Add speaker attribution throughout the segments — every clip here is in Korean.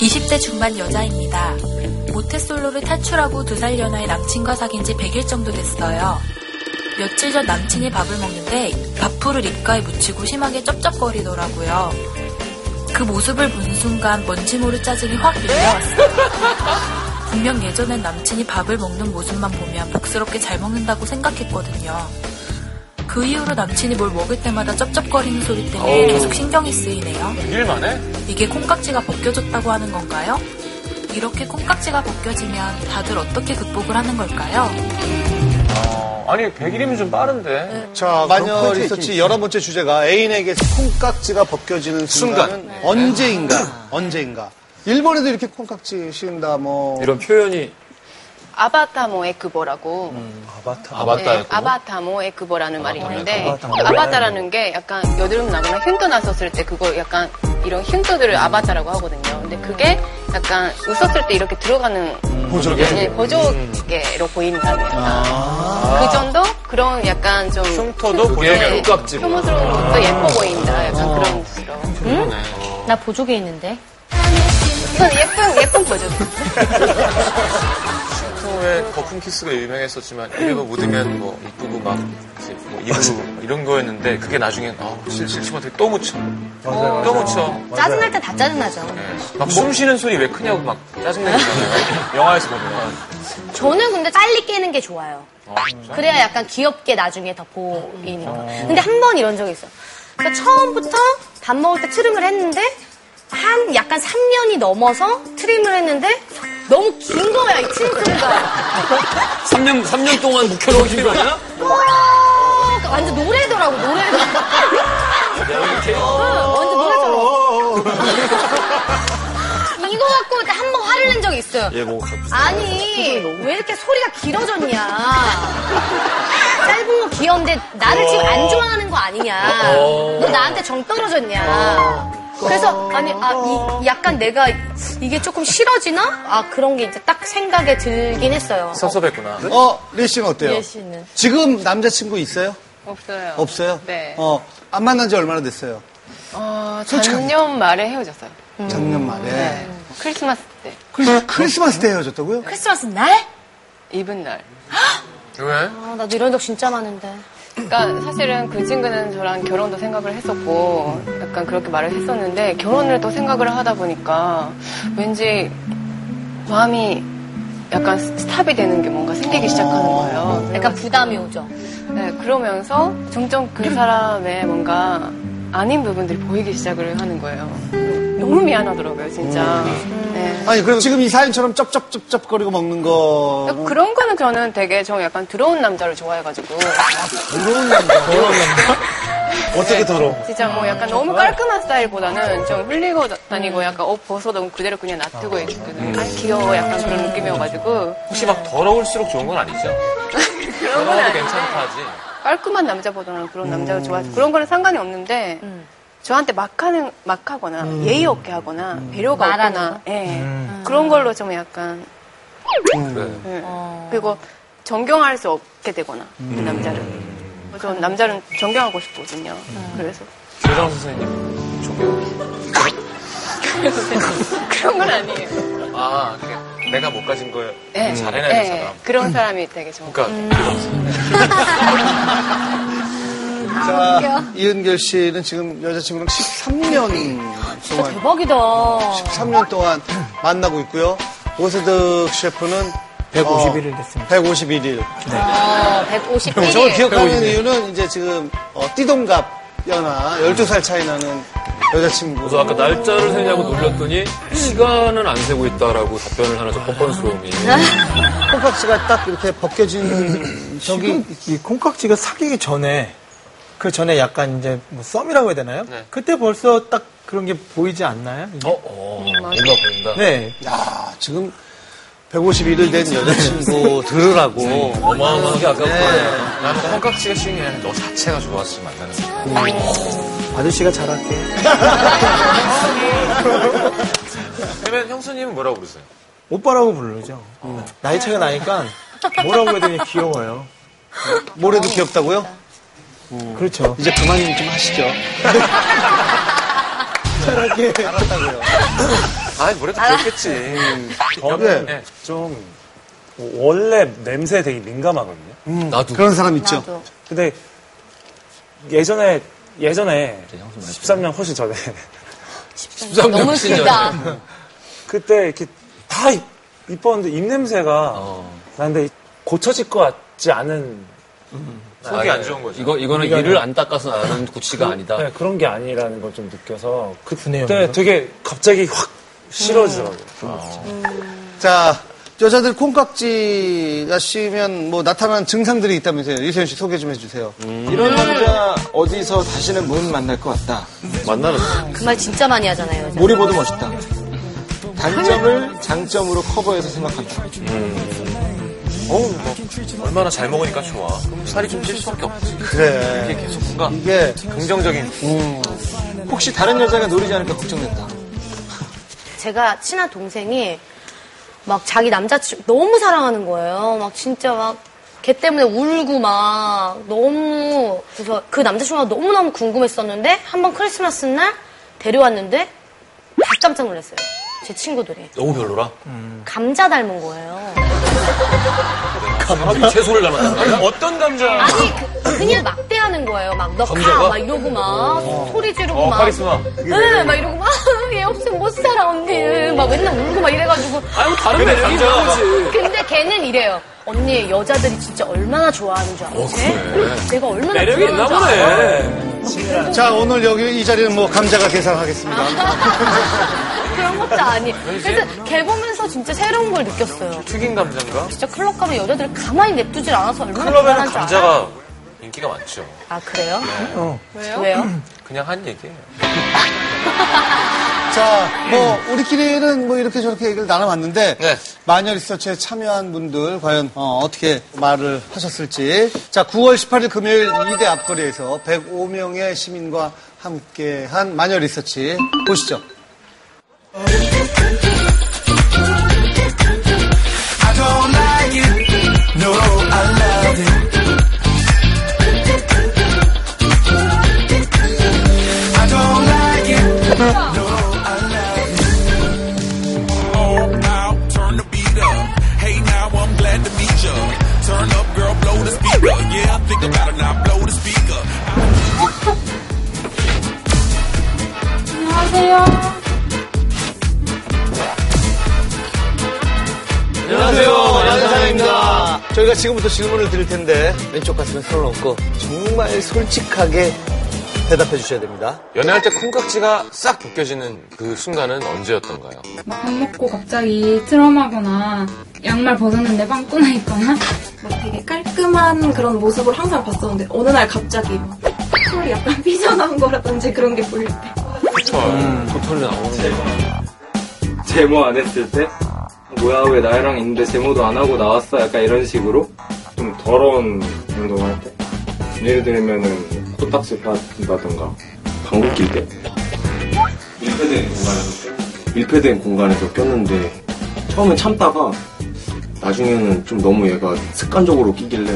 Speaker 1: 20대 중반 여자입니다. 모태솔로를 탈출하고 두 살 연하의 남친과 사귄 지 100일 정도 됐어요. 며칠 전 남친이 밥을 먹는데 밥풀을 입가에 묻히고 심하게 쩝쩝거리더라고요. 그 모습을 본 순간 뭔지 모를 짜증이 확 밀려왔어요. 분명 예전엔 남친이 밥을 먹는 모습만 보면 복스럽게 잘 먹는다고 생각했거든요. 그 이후로 남친이 뭘 먹을 때마다 쩝쩝거리는 소리 때문에
Speaker 2: 어우.
Speaker 1: 계속 신경이 쓰이네요.
Speaker 2: 100일 만에?
Speaker 1: 이게 콩깍지가 벗겨졌다고 하는 건가요? 이렇게 콩깍지가 벗겨지면 다들 어떻게 극복을 하는 걸까요?
Speaker 2: 어, 아니 100일이면 좀
Speaker 3: 네.
Speaker 2: 빠른데
Speaker 4: 자, 마녀 리서치 열한 번째 주제가 애인에게서 콩깍지가 벗겨지는
Speaker 2: 순간.
Speaker 4: 순간은 네. 언제인가? 언제인가? 일본에도 이렇게 콩깍지 씌운다, 뭐.
Speaker 3: 이런 표현이
Speaker 5: 아바타모 에크보라고
Speaker 4: 아바타.
Speaker 5: 네, 아바타모 에크보라는 말이 있는데
Speaker 4: 아바타모.
Speaker 5: 아바타라는 게 약간 여드름 나거나 흉터 났었을 때 그거 약간 이런 흉터들을 아바타라고 하거든요. 근데 그게 약간 웃었을 때 이렇게 들어가는
Speaker 4: 보조개?
Speaker 5: 예, 보조개로 보이는 사람이에요. 그 정도 그런 약간 좀
Speaker 2: 흉터도
Speaker 5: 흉-
Speaker 2: 보조개,
Speaker 5: 네,
Speaker 2: 흉깍지.
Speaker 5: 혐오스러운 것도 예뻐 보인다. 약간 그런 뜻으로.
Speaker 6: 나 보조개 있는데.
Speaker 5: 그건 예쁜 예쁜 보조개.
Speaker 2: 흉터에 거품 키스가 유명했었지만 이거 묻으면 뭐 이쁘고 막 이제 뭐 이쁘고 이런 거였는데 그게 나중엔 아 실실 심한테 또 묻혀 또 묻혀 네.
Speaker 6: 짜증날 때 다
Speaker 3: 음.
Speaker 6: 짜증나죠.
Speaker 3: 네.
Speaker 2: 막 숨 쉬는 소리 왜 크냐고 막 짜증내는 거잖아요 영화에서 보면
Speaker 6: 저는 근데 빨리 깨는 게 좋아요. 그래야 약간 귀엽게 나중에 더 보이는 거.
Speaker 3: 아.
Speaker 6: 근데 한 번 이런 적이 있어. 그 처음부터 밥 먹을 때 트림을 했는데 한 약간 3년이 넘어서 트림을 했는데 너무 긴 거야 이 트림트리가.
Speaker 3: 3년, 3년 동안 묵혀놓으신 거 아니야?
Speaker 6: 완전 노래더라고 노래. 응, 완전 노래더라고. 이거 갖고 한 번 화를 낸 적이 있어요.
Speaker 3: 예,
Speaker 6: 아니 왜 이렇게 소리가 길어졌냐 짧은 거 귀여운데 나를 지금 안 좋아하는 거 아니냐 너 나한테 정 떨어졌냐 그래서 아니 아 이- 약간 내가 이게 조금 싫어지나 아 그런 게 이제 딱 생각에 들긴 했어요
Speaker 2: 섭섭했구나
Speaker 4: 어, 리 씨는 어때요?
Speaker 6: 예, 씨는.
Speaker 4: 지금 남자친구 있어요?
Speaker 5: 없어요.
Speaker 4: 없어요?
Speaker 5: 네. 어,
Speaker 4: 어, 안 만난 지 얼마나 됐어요?
Speaker 5: 작년 말에 헤어졌어요.
Speaker 4: 작년 말에.
Speaker 5: 네. 크리스마스 때
Speaker 4: 크리, 크리스마스 때 헤어졌다고요?
Speaker 1: 네.
Speaker 6: 크리스마스 날?
Speaker 5: 입은 날.
Speaker 2: 왜?
Speaker 6: 아, 나도 이런 적 진짜 많은데
Speaker 5: 그러니까 사실은 그 친구는 저랑 결혼도 생각을 했었고 약간 그렇게 말을 했었는데 결혼을 또 생각을 하다 보니까 왠지 마음이 약간 스- 스탑이 되는 게 뭔가 생기기 시작하는 거예요.
Speaker 6: 약간 부담이 오죠
Speaker 5: 네, 그러면서 점점 그 사람의 뭔가 아닌 부분들이 보이기 시작을 하는 거예요. 너무 미안하더라고요, 진짜. 네.
Speaker 4: 아니, 그럼 지금 이 사연처럼 쩝쩝쩝쩝거리고 먹는 거. 뭐,
Speaker 5: 그런 거는 저는 되게 저 약간 더러운 남자를 좋아해가지고
Speaker 4: 더러운 남자. 더러운 남자? 어떻게 더러워?
Speaker 5: 진짜 뭐 약간 너무 깔끔한 스타일보다는 좀 흘리고 다니고 약간 옷 벗어도 뭐 그대로 그냥 놔두고 있거든. 아 귀여워 약간 그런 느낌이어가지고
Speaker 2: 혹시 막 더러울수록 좋은 건 아니죠?
Speaker 5: 그런 건
Speaker 2: 더러워도
Speaker 5: 아닌데
Speaker 2: 괜찮다 하지
Speaker 5: 깔끔한 남자보다는 그런 남자를 좋아해서 그런 거는 상관이 없는데 저한테 막 하는 막 하거나 예의 없게 하거나 배려가
Speaker 6: 말하는
Speaker 5: 없거나 예 그런 걸로 좀 약간
Speaker 2: 그래.
Speaker 5: 예. 그리고 존경할 수 없게 되거나 그 남자를 전 남자는 존경하고 싶거든요. 그래서
Speaker 2: 조정 선생님 존경
Speaker 5: 그런 건 아니에요.
Speaker 2: 아 그게 내가 못 가진 걸
Speaker 5: 예.
Speaker 2: 음. 잘해내는
Speaker 5: 예.
Speaker 2: 사람
Speaker 5: 그런 사람이 되게 좋은
Speaker 2: 그러니까
Speaker 4: 자, 아, 이은결 씨는 지금 여자친구랑 13년 동안
Speaker 6: 대박이다
Speaker 4: 13년 동안 만나고 있고요. 오세득 셰프는 151일 됐습니다. 151일.
Speaker 6: 어,
Speaker 4: 저걸
Speaker 6: 151일
Speaker 4: 기억하는 이유는 이제 지금 어, 띠동갑 연하 12살 차이 나는 여자친구.
Speaker 3: 그래서 아까 날짜를 세냐고 놀렸더니 시간은 안 세고 있다라고 답변을 하는 저 뻔뻔스러움이.
Speaker 4: 콩깍지가 딱 이렇게 벗겨진 적이
Speaker 7: 지금 이 콩깍지가 사귀기 전에 그 전에 약간 이제 뭐 썸이라고 해야 되나요?
Speaker 2: 네.
Speaker 7: 그때 벌써 딱 그런 게 보이지 않나요? 이게?
Speaker 3: 어, 어, 뭔가 보인다.
Speaker 7: 네.
Speaker 4: 야, 아, 지금 151일 된 여자친구 들으라고
Speaker 3: 어마어마하게 아까
Speaker 2: 네. 나는 헝깍지가 쉬운 게 아니라 너 자체가 좋았으면 만나는 거야
Speaker 7: 아저씨가 잘할게.
Speaker 2: 그러면 형수님은 뭐라고 그러세요?
Speaker 7: 오빠라고 부르죠.
Speaker 8: 음.
Speaker 7: 나이 차이가 나니까 뭐라고 해야 되냐 귀여워요.
Speaker 4: 뭐래도 귀엽다고요?
Speaker 7: 그렇죠.
Speaker 4: 이제 그만 좀 하시죠.
Speaker 7: 잘할게.
Speaker 4: 알았다고요.
Speaker 2: 아니, 뭐래도 그렇겠지. 네.
Speaker 8: 저는 좀 원래 냄새 되게 민감하거든요.
Speaker 3: 나도.
Speaker 4: 그런 사람 있죠.
Speaker 6: 나도.
Speaker 8: 근데 예전에 예전에
Speaker 3: 네,
Speaker 8: 13년 훨씬 전에
Speaker 6: 너무 길다.
Speaker 8: 그때 이렇게 다 입- 이뻤는데 입 냄새가 나는데 고쳐질 것 같지 않은
Speaker 2: 속이 안 좋은 거죠.
Speaker 3: 이거, 이거는
Speaker 9: 네.
Speaker 3: 이를 안 닦아서 나는 구취가 아니다.
Speaker 8: 네, 그런 게 아니라는 걸 좀 느껴서
Speaker 3: 네.
Speaker 7: 분해요,
Speaker 8: 그때
Speaker 4: 네.
Speaker 7: 그럼?
Speaker 8: 네, 되게 갑자기 확 싫어지더라고요.
Speaker 4: 자, 여자들 콩깍지가 씌면 뭐 나타나는 증상들이 있다면서요. 이세윤 씨 소개 좀 해주세요.
Speaker 10: 음, 이런 남자 어디서 다시는 못 만날 것 같다.
Speaker 6: 그 말 진짜 많이 하잖아요. 여자.
Speaker 10: 모리보도 멋있다. 단점을 장점으로 커버해서 생각한다.
Speaker 2: 어우, 뭐, 얼마나 잘 먹으니까 좋아. 그럼 살이 좀 찔 수밖에 없지.
Speaker 4: 그래.
Speaker 2: 이게 계속 뭔가
Speaker 4: 이게
Speaker 2: 긍정적인.
Speaker 10: 혹시 다른 여자가 노리지 않을까 걱정된다.
Speaker 6: 제가 친한 동생이 막 자기 남자친구 너무 사랑하는 거예요. 막 진짜 막 걔 때문에 울고 막 너무 그래서 그 남자친구가 너무너무 궁금했었는데 한 번 크리스마스 날 데려왔는데 다 깜짝 놀랐어요. 제 친구들이
Speaker 3: 너무 별로라.
Speaker 6: 감자 닮은 거예요.
Speaker 3: 하긴 채소를 닮았다.
Speaker 2: 어떤 감정?
Speaker 6: 아니 그, 그냥 막대하는 거예요. 막 너 가
Speaker 3: 감자가?
Speaker 6: 막 이러고 막 소리 지르고
Speaker 2: 어,
Speaker 6: 막
Speaker 2: 카리스마.
Speaker 6: 네, 막 이러고 막 얘 없으면 못 살아 언니. 막 맨날 울고 막 이래가지고
Speaker 3: 아유, 뭐 다른
Speaker 2: 근데
Speaker 3: 매력이
Speaker 2: 감자가
Speaker 3: 뭐지.
Speaker 6: 근데 걔는 이래요. 언니 여자들이 진짜 얼마나 좋아하는 줄 알아? 어,
Speaker 3: 그래.
Speaker 6: 내가 얼마나
Speaker 3: 매력이 있나
Speaker 6: 좋아하는 줄 알아?
Speaker 3: 보네.
Speaker 4: 자, 오늘 여기 이 자리는 뭐 감자가 계산하겠습니다.
Speaker 6: 그런 것도 아니. 그래서 걔 보면서 진짜 새로운 걸 느꼈어요.
Speaker 2: 튀긴 감자인가?
Speaker 6: 진짜 클럽 가면 여자들 가만히 냅두질 않아서 얼마나
Speaker 2: 클럽에는
Speaker 6: 불안한 줄 알아?
Speaker 2: 감자가 인기가 많죠.
Speaker 6: 아 그래요?
Speaker 5: 왜요?
Speaker 6: 왜요?
Speaker 2: 그냥 한 얘기예요.
Speaker 4: 자, 뭐 우리끼리는 뭐 이렇게 저렇게 얘기를 나눠봤는데
Speaker 2: 네.
Speaker 4: 마녀 리서치에 참여한 분들 과연 어, 떻게 말을 하셨을지 자 9월 18일 금요일 2대 앞거리에서 105명의 시민과 함께한 마녀 리서치 보시죠.
Speaker 9: Oh,
Speaker 3: 안녕하세요.
Speaker 4: 안녕하세요입니다. 저희가 지금부터 질문을 드릴 텐데 왼쪽 가슴에 손을 얹고 정말 솔직하게 대답해 주셔야 됩니다.
Speaker 2: 연애할 때 콩깍지가 싹 벗겨지는 그 순간은 언제였던가요?
Speaker 11: 막 밥 먹고 갑자기 트럼하거나 양말 벗었는데 빵꾸나 있거나 막 되게 깔끔한 그런 모습을 항상 봤었는데 어느 날 갑자기 막 털이 약간 삐져나온 거라든지 그런 게 보일 때
Speaker 3: 고털이 나오는데.
Speaker 10: 제모 안 했을 때 뭐야 왜 나랑 있는데 제모도 안 하고 나왔어 약간 이런 식으로 좀 더러운 운동을 할 때 예를 들면은 코딱지 펴다던가 방귀 낄때 밀폐된 공간에서 껴- 밀폐된 공간에서 꼈는데 처음엔 참다가 나중에는 음, 좀 너무 얘가 습관적으로 끼길래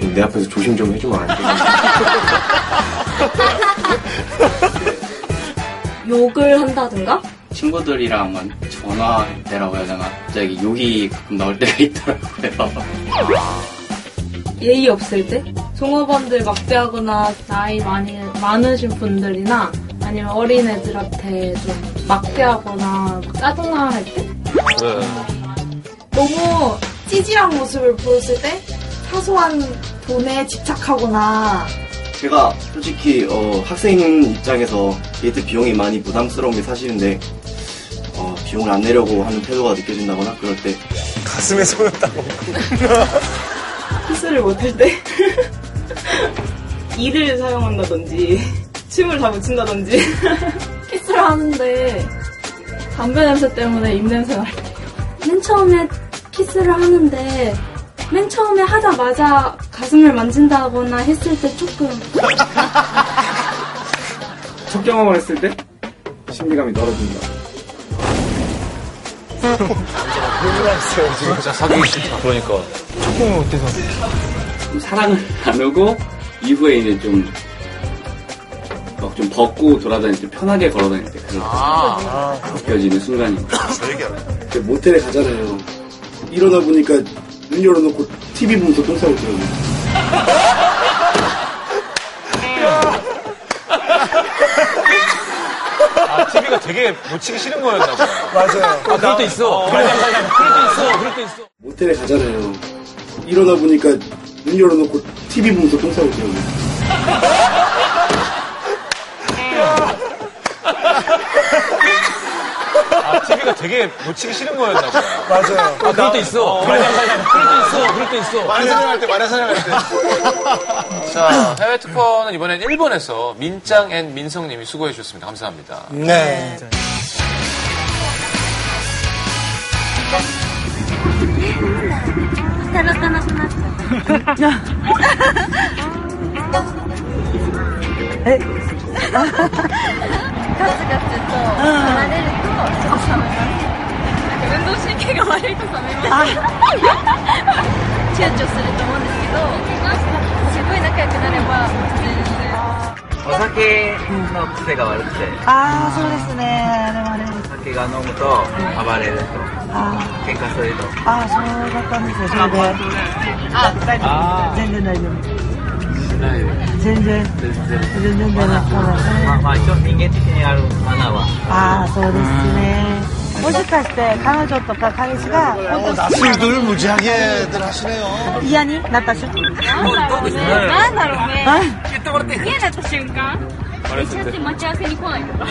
Speaker 10: 좀내 앞에서 조심 좀 해주면 안 되겠냐
Speaker 11: 욕을 한다든가
Speaker 9: 친구들이랑만 전화할 때라고 해야 되나 갑자기 욕이 가끔 나올 때가 있더라고요
Speaker 11: 예의 없을 때 종업원들 막대하거나 나이 많이 많으신 분들이나 아니면 어린 애들한테 좀 막대하거나 막 짜증나 할 때 너무 찌질한 모습을 보였을 때 사소한 돈에 집착하거나
Speaker 10: 제가 솔직히 어, 학생 입장에서 데이트 비용이 많이 부담스러운 게 사실인데 어, 비용을 안 내려고 하는 태도가 느껴진다거나 그럴 때
Speaker 4: 가슴에 손을 딱
Speaker 11: 키스를 못할 때 이를 사용한다든지 춤을 다 붙인다든지 키스를 하는데 담배 냄새 때문에 입냄새 날 때. 맨 처음에 키스를 하는데 맨 처음에 하자마자 가슴을 만진다거나 했을 때 조금
Speaker 10: 첫 경험을 했을 때 신비감이 떨어진다
Speaker 2: 진짜 사귀기 싫다.
Speaker 3: 그러니까.
Speaker 9: 사랑을 나누고 이후에 이제 좀 막 좀 벗고 돌아다닐 때 편하게 걸어다닐 때 그런
Speaker 12: 아.
Speaker 9: 거 느껴지는 순간이
Speaker 12: 저 얘기 안 해.
Speaker 9: 그 모텔에 가잖아요. 일어나 보니까 눈 열어놓고 TV 보면서 똥 싸고 들어요.
Speaker 2: 아, TV가 되게 놓치기 싫은 거였나 봐.
Speaker 7: 맞아요.
Speaker 2: 아, 그럴 때 있어. 그럴 때 있어. 그럴 때 있어.
Speaker 9: 모텔에 가잖아요. 일어나 보니까 눈 열어놓고 TV 보면서 똥 싸고 들어요.
Speaker 2: 아, TV가 되게 놓치기 싫은 거였나 봐.
Speaker 7: 맞아요.
Speaker 3: 아, 그럴 때 있어.
Speaker 2: 네.
Speaker 3: 그럴 때 있어. 그럴 때 있어.
Speaker 2: 많은 사랑할 때, 많은 사랑할 때. 자, 해외 특파원은 이번엔 일본에서 민짱 앤 민성님이 수고해 주셨습니다. 감사합니다.
Speaker 7: 네.
Speaker 12: 働かなくなっちゃった。えガツガツと離れると、ちょっと寒い。運動神経が悪いと冷めます。躊躇すると思うんですけど、すごい仲良くなれば普通にする。
Speaker 13: お酒の癖が悪くて、
Speaker 12: ああ、そうですね。あれはあれです。
Speaker 13: お酒が飲むと暴れると、喧嘩すると。
Speaker 12: ああ、そうだったんですよ。それで。あ、大丈夫。全然大丈夫。全然。
Speaker 13: 全然
Speaker 12: 全然
Speaker 13: マ
Speaker 12: だな。
Speaker 13: ナー
Speaker 12: そうだね
Speaker 13: まあまあ一応人間的にあるマナーは。
Speaker 6: 아,
Speaker 12: ああ、そう
Speaker 4: 아,
Speaker 12: ですね。もしかして彼女とか彼氏が本当に好きな
Speaker 4: 낯설들 무지하게들 하시네요.
Speaker 12: 嫌になった瞬間
Speaker 14: なんだろうね。なんだろうね。
Speaker 12: はい
Speaker 14: 言ってもらっていい嫌だった瞬間。一緒って待ち合わせに来ないとか。
Speaker 13: そ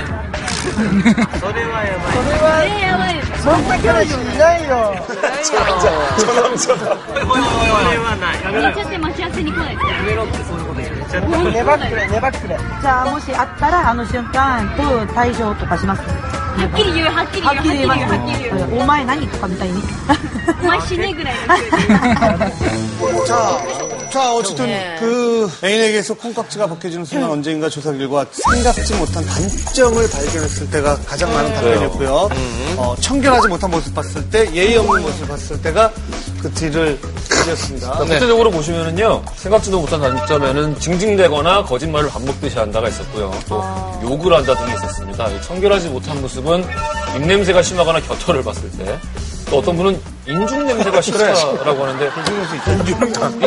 Speaker 13: れはやばい。
Speaker 14: それはねやばいです。
Speaker 12: そんな彼女いないよ。
Speaker 13: それは
Speaker 6: 아,
Speaker 13: ない。
Speaker 14: 一緒って
Speaker 4: 아,
Speaker 14: 待ち合わせに来ないとか。
Speaker 12: 粘ってくれ、粘ってくれ。じゃあもしあったらあの瞬間と対象とかします。は
Speaker 14: っきり言う
Speaker 4: 아,
Speaker 14: はっきり
Speaker 6: 아,
Speaker 14: 言う
Speaker 12: はっきり言います
Speaker 14: はっきり言うはっきり
Speaker 6: 어,
Speaker 14: 言う
Speaker 12: お前何とかみたいに。
Speaker 14: お前死ねぐらいの勢いで。
Speaker 4: 자, 자 어쨌든
Speaker 12: 네.
Speaker 4: 그 애인에게서 콩깍지가 벗겨지는 순간 언제인가 조사 결과 생각지 못한 단점을 발견했을 때가 가장
Speaker 8: 음.
Speaker 4: 많은
Speaker 7: 그래요.
Speaker 4: 답변이었고요. 어, 청결하지 못한 모습 봤을 때 예의 없는 모습 봤을 때가 그 뒤를 이었습니다.
Speaker 3: 구체적으로 보시면은요, 생각지도 못한 단점에는 징징대거나 거짓말을 반복듯이 한다가 있었고요. 또 욕을 한다 등이 있었습니다. 이 청결하지 못한 모습은 입냄새가 심하거나 겨털을 봤을 때. 또 어떤 분은 인중 냄새가 싫다라고 하는데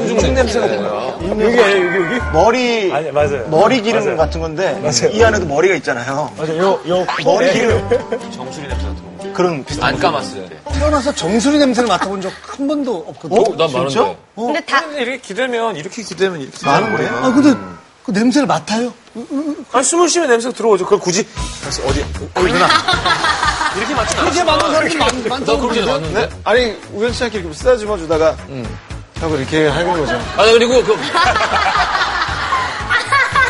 Speaker 3: 인중 냄새가 뭐야?
Speaker 8: 여기 여기 여기
Speaker 4: 머리
Speaker 8: 아니 맞아요
Speaker 4: 머리 기름
Speaker 8: 맞아요.
Speaker 4: 같은 건데
Speaker 8: 맞아요.
Speaker 4: 이 안에도 머리가 있잖아요.
Speaker 8: 맞아요 요, 요
Speaker 4: 머리
Speaker 8: 네.
Speaker 4: 기름
Speaker 2: 정수리 냄새 같은 거.
Speaker 4: 그런 비슷한
Speaker 2: 안
Speaker 4: 모습.
Speaker 2: 감았을 때.
Speaker 4: 태어나서 정수리 냄새를 맡아본 적 한 번도 없거든요.
Speaker 2: 어? 난 많은데.
Speaker 4: 진짜? 어?
Speaker 2: 근데 다 이렇게 기대면 이렇게 기대면 이렇게
Speaker 4: 많은데? 아 근데 그 냄새를 맡아요?
Speaker 8: 아 숨을 쉬면 냄새가 들어오죠 그걸 굳이 다시 어디 어디 누나
Speaker 2: 이렇게 맞지
Speaker 8: 그렇게 맞는 사람이 많- 많다고 그러는데?
Speaker 2: 네?
Speaker 15: 아니 우연치 않게 이렇게 쓰다듬어 주다가 하고 이렇게 하는 거죠.
Speaker 3: 아 그리고 그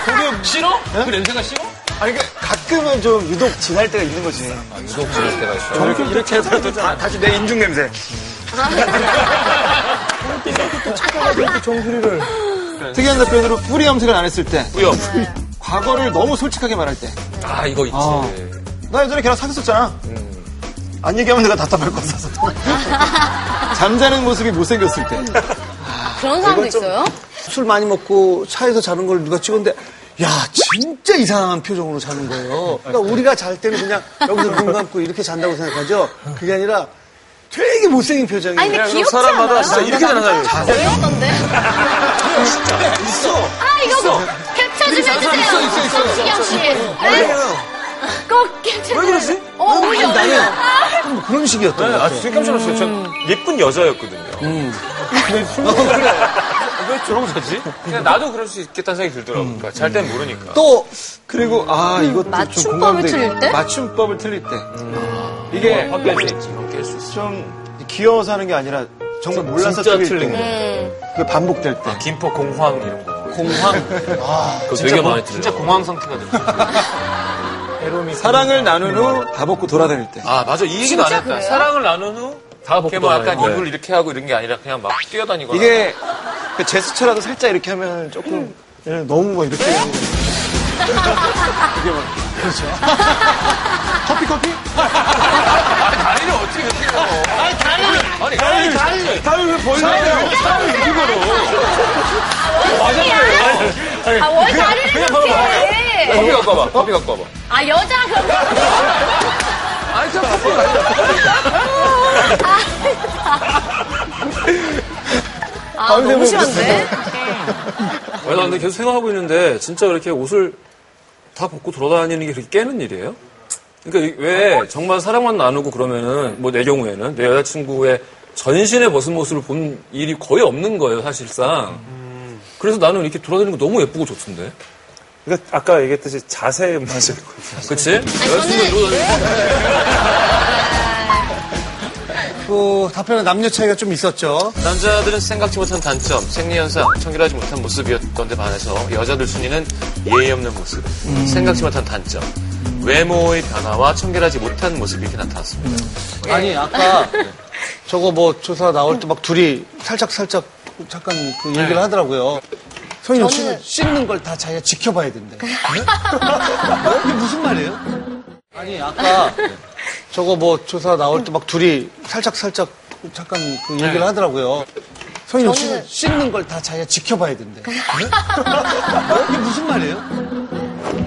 Speaker 3: 그게 싫어?
Speaker 4: 네?
Speaker 3: 그 냄새가 싫어?
Speaker 15: 아니 그
Speaker 4: 그러니까
Speaker 15: 가끔은 좀 유독 진할 때가 있는 거지.
Speaker 3: 유독 지낼 때가 있어요.
Speaker 15: 저렇게 이렇게 해서 또 다- 다시 내 인중 냄새.
Speaker 6: 아,
Speaker 7: 이렇게 정수리를.
Speaker 15: 특이한 답변으로 뿌리 염색을 안 했을 때. 네.
Speaker 3: 뿌염.
Speaker 15: 과거를 너무 솔직하게 말할 때.
Speaker 3: 아 이거 있지. 음.
Speaker 15: 어. 나 예전에 걔랑 사귀었잖아. 안 얘기하면 내가 답답할 것 같아서. 잠자는 모습이 못생겼을 때.
Speaker 6: 그런 사람도 있어요?
Speaker 4: 술 많이 먹고 차에서 자는 걸 누가 찍었는데 야 진짜 이상한 표정으로 자는 거예요.
Speaker 15: 아,
Speaker 4: 그러니까 우리가 잘 때는 그냥 여기서 눈 감고 이렇게 잔다고 생각하죠. 그게 아니라 되게 못생긴 표정이에요.
Speaker 6: 아니 근데 귀엽지 않아요?
Speaker 4: 자세가
Speaker 6: 귀엽던데?
Speaker 4: 있어.
Speaker 6: 아 이거
Speaker 4: 있어.
Speaker 6: 캡처 좀
Speaker 4: 있어,
Speaker 6: 해주세요.
Speaker 4: 있어, 있어, 있어, 있어.
Speaker 6: 성시경 씨.
Speaker 4: 어, 왜요?
Speaker 6: 아, 꼭 캡처 좀. 왜 그러지? 어 어울려
Speaker 4: 아니, 나는
Speaker 6: 어울려.
Speaker 4: 좀 그런 식이었던 것
Speaker 2: 그렇죠.
Speaker 3: 아,
Speaker 4: 같아요.
Speaker 3: 되게 깜짝 놀랐어요. 전 예쁜 여자였거든요. 근데 술 먹으면 음. 어, 그래. 왜 저러고 자지? 그냥 나도 그럴 수 있겠다는 생각이 들더라고요. 그러니까 잘 땐 모르니까.
Speaker 15: 또 그리고 아 이것도 좀
Speaker 6: 음, 맞춤법을
Speaker 15: 공감되게.
Speaker 6: 틀릴 때?
Speaker 15: 맞춤법을 틀릴 때
Speaker 2: 네.
Speaker 15: 이게
Speaker 3: 어,
Speaker 15: 좀 귀여워서 하는 게 아니라 정말 몰라서
Speaker 3: 진짜
Speaker 15: 틀릴
Speaker 3: 틀린
Speaker 15: 때.
Speaker 3: 거.
Speaker 15: 그 반복될 때
Speaker 3: 김포 공황 이런 거. 공황?
Speaker 15: 아,
Speaker 3: 그거 되게 많이
Speaker 15: 고-
Speaker 3: 들려요.
Speaker 15: 진짜
Speaker 3: 공황 상태가 들어요.
Speaker 15: 사랑을 나눈 후 다 먹고 돌아다닐 때
Speaker 3: 아, 맞아. 이 얘기는 안 했다. 사랑을 나눈 후, 다 먹고 뭐 약간 입을 이렇게 하고 이런 게 아니라 그냥 막 뛰어다니거나.
Speaker 15: 이게 그 제스처라도 살짝 이렇게 하면
Speaker 6: 음.
Speaker 15: 조금 얘는 너무 뭐 이렇게 하는 거. 이게 뭐 그렇죠 커피 커피
Speaker 3: 아니, 다리를 어떻게 이렇게 해요? 아니, 다리를! 아니, 다리를! 다리를!
Speaker 15: 다리를
Speaker 3: 벌려요? 다리를 이거로. 맞아요. 아니, 아니,
Speaker 6: 아, 원
Speaker 3: 그냥-
Speaker 6: 다리를
Speaker 3: 그냥
Speaker 6: 이렇게
Speaker 3: 봐봐.
Speaker 6: 해.
Speaker 3: 커피 갖고 와봐. 커피 갖고 와봐.
Speaker 6: 아, 여자 그런 거.
Speaker 3: 아니, 저 커피가
Speaker 6: 아, 아, 너무 심한데?
Speaker 3: 아니, 나 근데 계속 생각하고 있는데 진짜 이렇게 옷을 다 벗고 돌아다니는 게 그렇게 깨는 일이에요? 그러니까 이왜 정말 사랑만 나누고 그러면은 뭐 내 경우에는 내 여자친구의 전신에 벗은 모습을 본 일이 거의 없는 거예요 사실상. 그래서 나는 이렇게 돌아다니는 거 너무 예쁘고 좋던데.
Speaker 8: 그러니까 아까 얘기했듯이 자세에 문제일 것 같아요.
Speaker 3: 그치?
Speaker 4: 그 답변에 남녀 차이가 좀 있었죠.
Speaker 2: 남자들은 생각지 못한 단점, 생리현상, 청결하지 못한 모습이었던 데 반해서 여자들 순위는 예의 없는 모습, 생각지 못한 단점, 외모의 변화와 청결하지 못한 모습이 이렇게 나타났습니다.
Speaker 4: 예. 아니 아까 저거 뭐 조사 나올 때 막 둘이 살짝 살짝 잠깐 그 얘기를 하더라고요. 성인 씨는 씻는 걸 다 자기가 지켜봐야 된대. 네? 이게 무슨 말이에요? 아니 아까 저거 뭐 조사 나올 때 막 둘이 살짝 살짝 잠깐 그 얘기를 하더라고요. 성인 씨는 씻는 걸 다 자기가 지켜봐야 된대. 네? 이게 무슨 말이에요?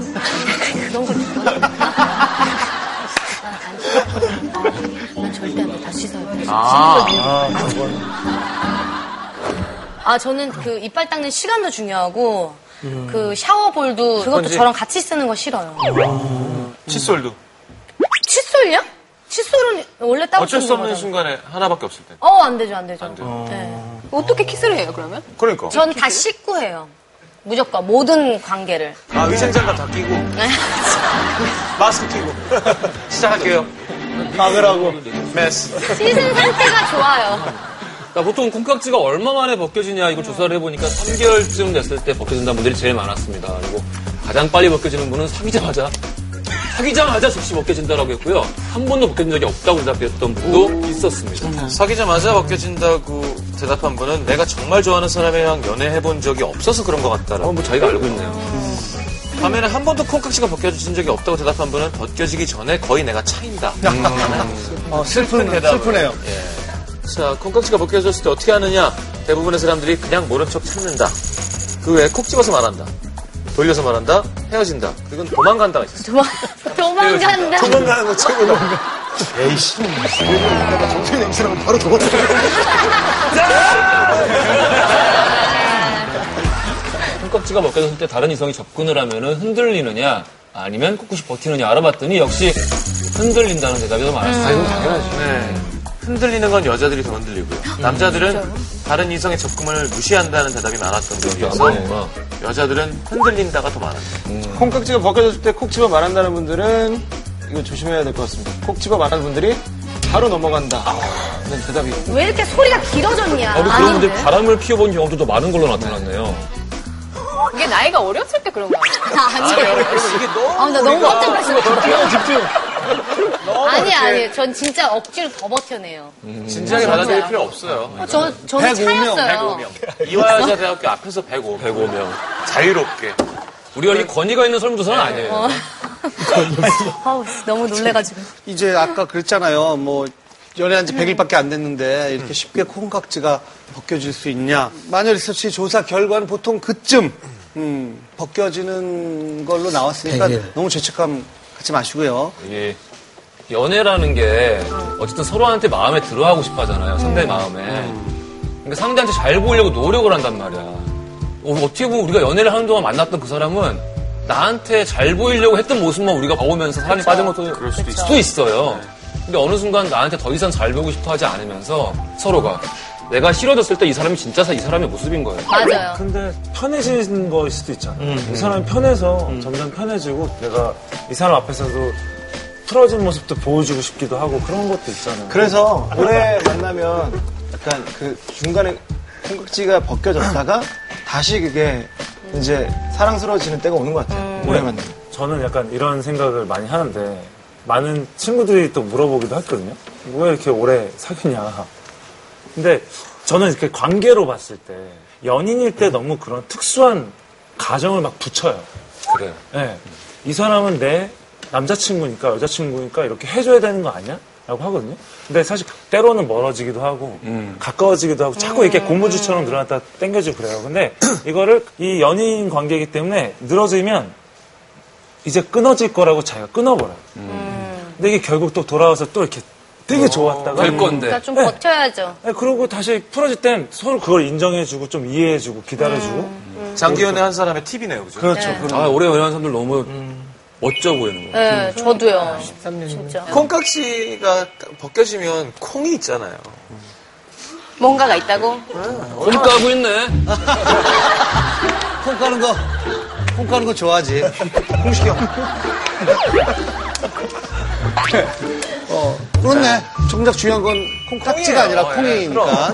Speaker 6: 진짜? 그런 걸 믿어? 난 아, 절대 안 돼. 다 씻어야 돼.
Speaker 12: 아,
Speaker 6: 아, 아, 저는 그 이빨 닦는 시간도 중요하고, 그 샤워볼도 그것도
Speaker 2: 스펀지?
Speaker 6: 저랑 같이 쓰는 거 싫어요.
Speaker 2: 칫솔도
Speaker 6: 칫솔이야? 칫솔은 원래 따로
Speaker 2: 어쩔
Speaker 6: 쓰는
Speaker 2: 수 없는
Speaker 6: 거잖아.
Speaker 2: 순간에 하나밖에 없을 때.
Speaker 6: 어, 안 되죠, 네. 안 되죠.
Speaker 2: 안 돼.
Speaker 6: 어떻게 키스를 해요, 그러면?
Speaker 2: 그러니까.
Speaker 6: 전 다 씻고 해요. 무조건 모든 관계를.
Speaker 15: 아, 위생장갑 다 끼고, 마스크 끼고.
Speaker 2: 시작할게요.
Speaker 15: 막으라고. 메스.
Speaker 6: 씻은 상태가 좋아요.
Speaker 3: 나 보통 콩깍지가 얼마 만에 벗겨지냐 이걸 조사를 해보니까 3개월쯤 됐을 때 벗겨진다는 분들이 제일 많았습니다. 그리고 가장 빨리 벗겨지는 분은 사귀자마자 사귀자마자 즉시 벗겨진다라고 했고요. 한 번도 벗겨진 적이 없다고 대답했던 분도 있었습니다.
Speaker 2: 사귀자마자 벗겨진다고 대답한 분은 내가 정말 좋아하는 사람이랑 연애해본 적이 없어서 그런 것 같다라고.
Speaker 3: 뭐 자기가 알고 있네요.
Speaker 2: 반면에 한 번도 콩깍지가 벗겨진 적이 없다고 대답한 분은 벗겨지기 전에 거의 내가 차인다.
Speaker 4: 어,
Speaker 2: 슬픈 대답을.
Speaker 4: 슬프네요.
Speaker 2: 예. 자, 콩깍지가 벗겨졌을 때 어떻게 하느냐? 대부분의 사람들이 그냥 모른 척 참는다. 그 외에 콕 집어서 말한다. 돌려서 말한다. 헤어진다. 그건 도망간다가 있어.
Speaker 6: 도망,
Speaker 2: 네,
Speaker 6: 도망간다.
Speaker 15: 도망가는 거 최고 도망가. 에이씨. 내가 정신 냄새라고 바로
Speaker 3: 콩깍지가 벗겨졌을 때 다른 이성이 접근을 하면은 흔들리느냐 아니면 꿋꿋이 버티느냐 알아봤더니 역시 흔들린다는 대답이 더 많았어요.
Speaker 2: 네. 흔들리는 건 여자들이 더 흔들리고요. 남자들은 다른 이성의 접근을 무시한다는 대답이 많았던 적이어서 여자들은 흔들린다가 더 많았어요.
Speaker 15: 콩깍지가 벗겨졌을 때 콕 집어 말한다는 분들은 이거 조심해야 될 것 같습니다. 콕 집어 말하는 분들이 바로 넘어간다. 는 대답이.
Speaker 6: 왜 이렇게 소리가 길어졌냐.
Speaker 2: 네.
Speaker 3: 아, 그런 분들
Speaker 6: 아닌데.
Speaker 3: 바람을 피워본 경험도 더 많은 걸로 나타났네요.
Speaker 5: 이게 나이가 어렸을 때 그런 거
Speaker 6: 아니에요.
Speaker 2: 네.
Speaker 5: 이게
Speaker 6: 아, 나 너무
Speaker 2: 그러니까.
Speaker 6: 깜짝 놀랐어요. 아니, 아니. 전 진짜 억지로 더 버텨내요.
Speaker 2: 음. 진지하게
Speaker 6: 맞아요.
Speaker 2: 받아들일 필요 없어요.
Speaker 6: 어, 저, 저는
Speaker 2: 105 명,
Speaker 6: 차였어요.
Speaker 2: 105명. 이화여자 대학교 앞에서 105명.
Speaker 3: 105명.
Speaker 2: 자유롭게.
Speaker 3: 우리가 이 권위가 있는 설문조사는 아니에요.
Speaker 6: 어. 아우, 너무 놀래가지고.
Speaker 4: 이제 아까 그랬잖아요. 뭐 연애한 지 100일밖에 안 됐는데 이렇게 쉽게 콩깍지가 벗겨질 수 있냐? 마녀 리서치 조사 결과는 보통 그쯤 음, 벗겨지는 걸로 나왔으니까
Speaker 3: 100일.
Speaker 4: 너무 죄책감 갖지 마시고요.
Speaker 3: 이게 연애라는 게 어쨌든 서로한테 마음에 들어하고 싶어 하잖아요. 상대 마음에. 그러니까 상대한테 잘 보이려고 노력을 한단 말이야. 어, 어떻게 보면 우리가 연애를 하는 동안 만났던 그 사람은 나한테 잘 보이려고 했던 모습만 우리가 봐오면서 사람이 빠진 것도 그럴 수도, 있어요. 네. 근데 어느 순간 나한테 더 이상 잘 보고 싶어 하지 않으면서 서로가 내가 싫어졌을 때 이 사람이 진짜 사- 이 사람의 모습인 거예요.
Speaker 6: 맞아요.
Speaker 8: 근데 편해지는 거일 수도 있잖아. 이 사람이 편해서 점점 편해지고 내가 이 사람 앞에서도 풀어진 모습도 보여주고 싶기도 하고 그런 것도 있잖아요.
Speaker 15: 그래서 올해 만나면 약간 그 중간에 콩깍지가 벗겨졌다가 다시 그게 이제 사랑스러워지는 때가 오는 것 같아요. 올해 만나면.
Speaker 8: 저는 약간 이런 생각을 많이 하는데 많은 친구들이 또 물어보기도 했거든요. 왜 이렇게 오래 사귀냐. 근데 저는 이렇게 관계로 봤을 때 연인일 때 너무 그런 특수한 가정을 막 붙여요.
Speaker 3: 그래요.
Speaker 8: 예. 이 사람은 내 남자친구니까 여자친구니까 이렇게 해줘야 되는 거 아니야? 라고 하거든요. 근데 사실 때로는 멀어지기도 하고
Speaker 3: 음.
Speaker 8: 가까워지기도 하고 자꾸 이렇게 고무줄처럼 늘어났다 땡겨지고 그래요. 근데 이거를 이 연인 관계이기 때문에 늘어지면 이제 끊어질 거라고 자기가 끊어버려요. 근데 이게 결국 또 돌아와서 또 이렇게 되게 좋았다가
Speaker 3: 어, 될 건데.
Speaker 6: 그러니까 좀 버텨야죠.
Speaker 8: 네, 그리고 다시 풀어질 땐 서로 그걸 인정해주고 좀 이해해주고 기다려주고
Speaker 2: 장기 연애 한 사람의 팁이네요, 그죠?
Speaker 8: 그렇죠.
Speaker 6: 네.
Speaker 8: 그럼.
Speaker 3: 아, 오래 연애한 사람들 너무 멋져 보이는 거.
Speaker 6: 네, 저도요. 진짜.
Speaker 2: 콩깍지가 벗겨지면 콩이 있잖아요.
Speaker 5: 뭔가가 있다고?
Speaker 3: 콩 까고 있네.
Speaker 4: 콩 까는 거, 콩 까는 거 좋아하지. 콩 시켜. 어, 그렇네. 정작 중요한 건 콩깍지가 아니라
Speaker 2: 콩이에요. 예,
Speaker 4: 콩이니까.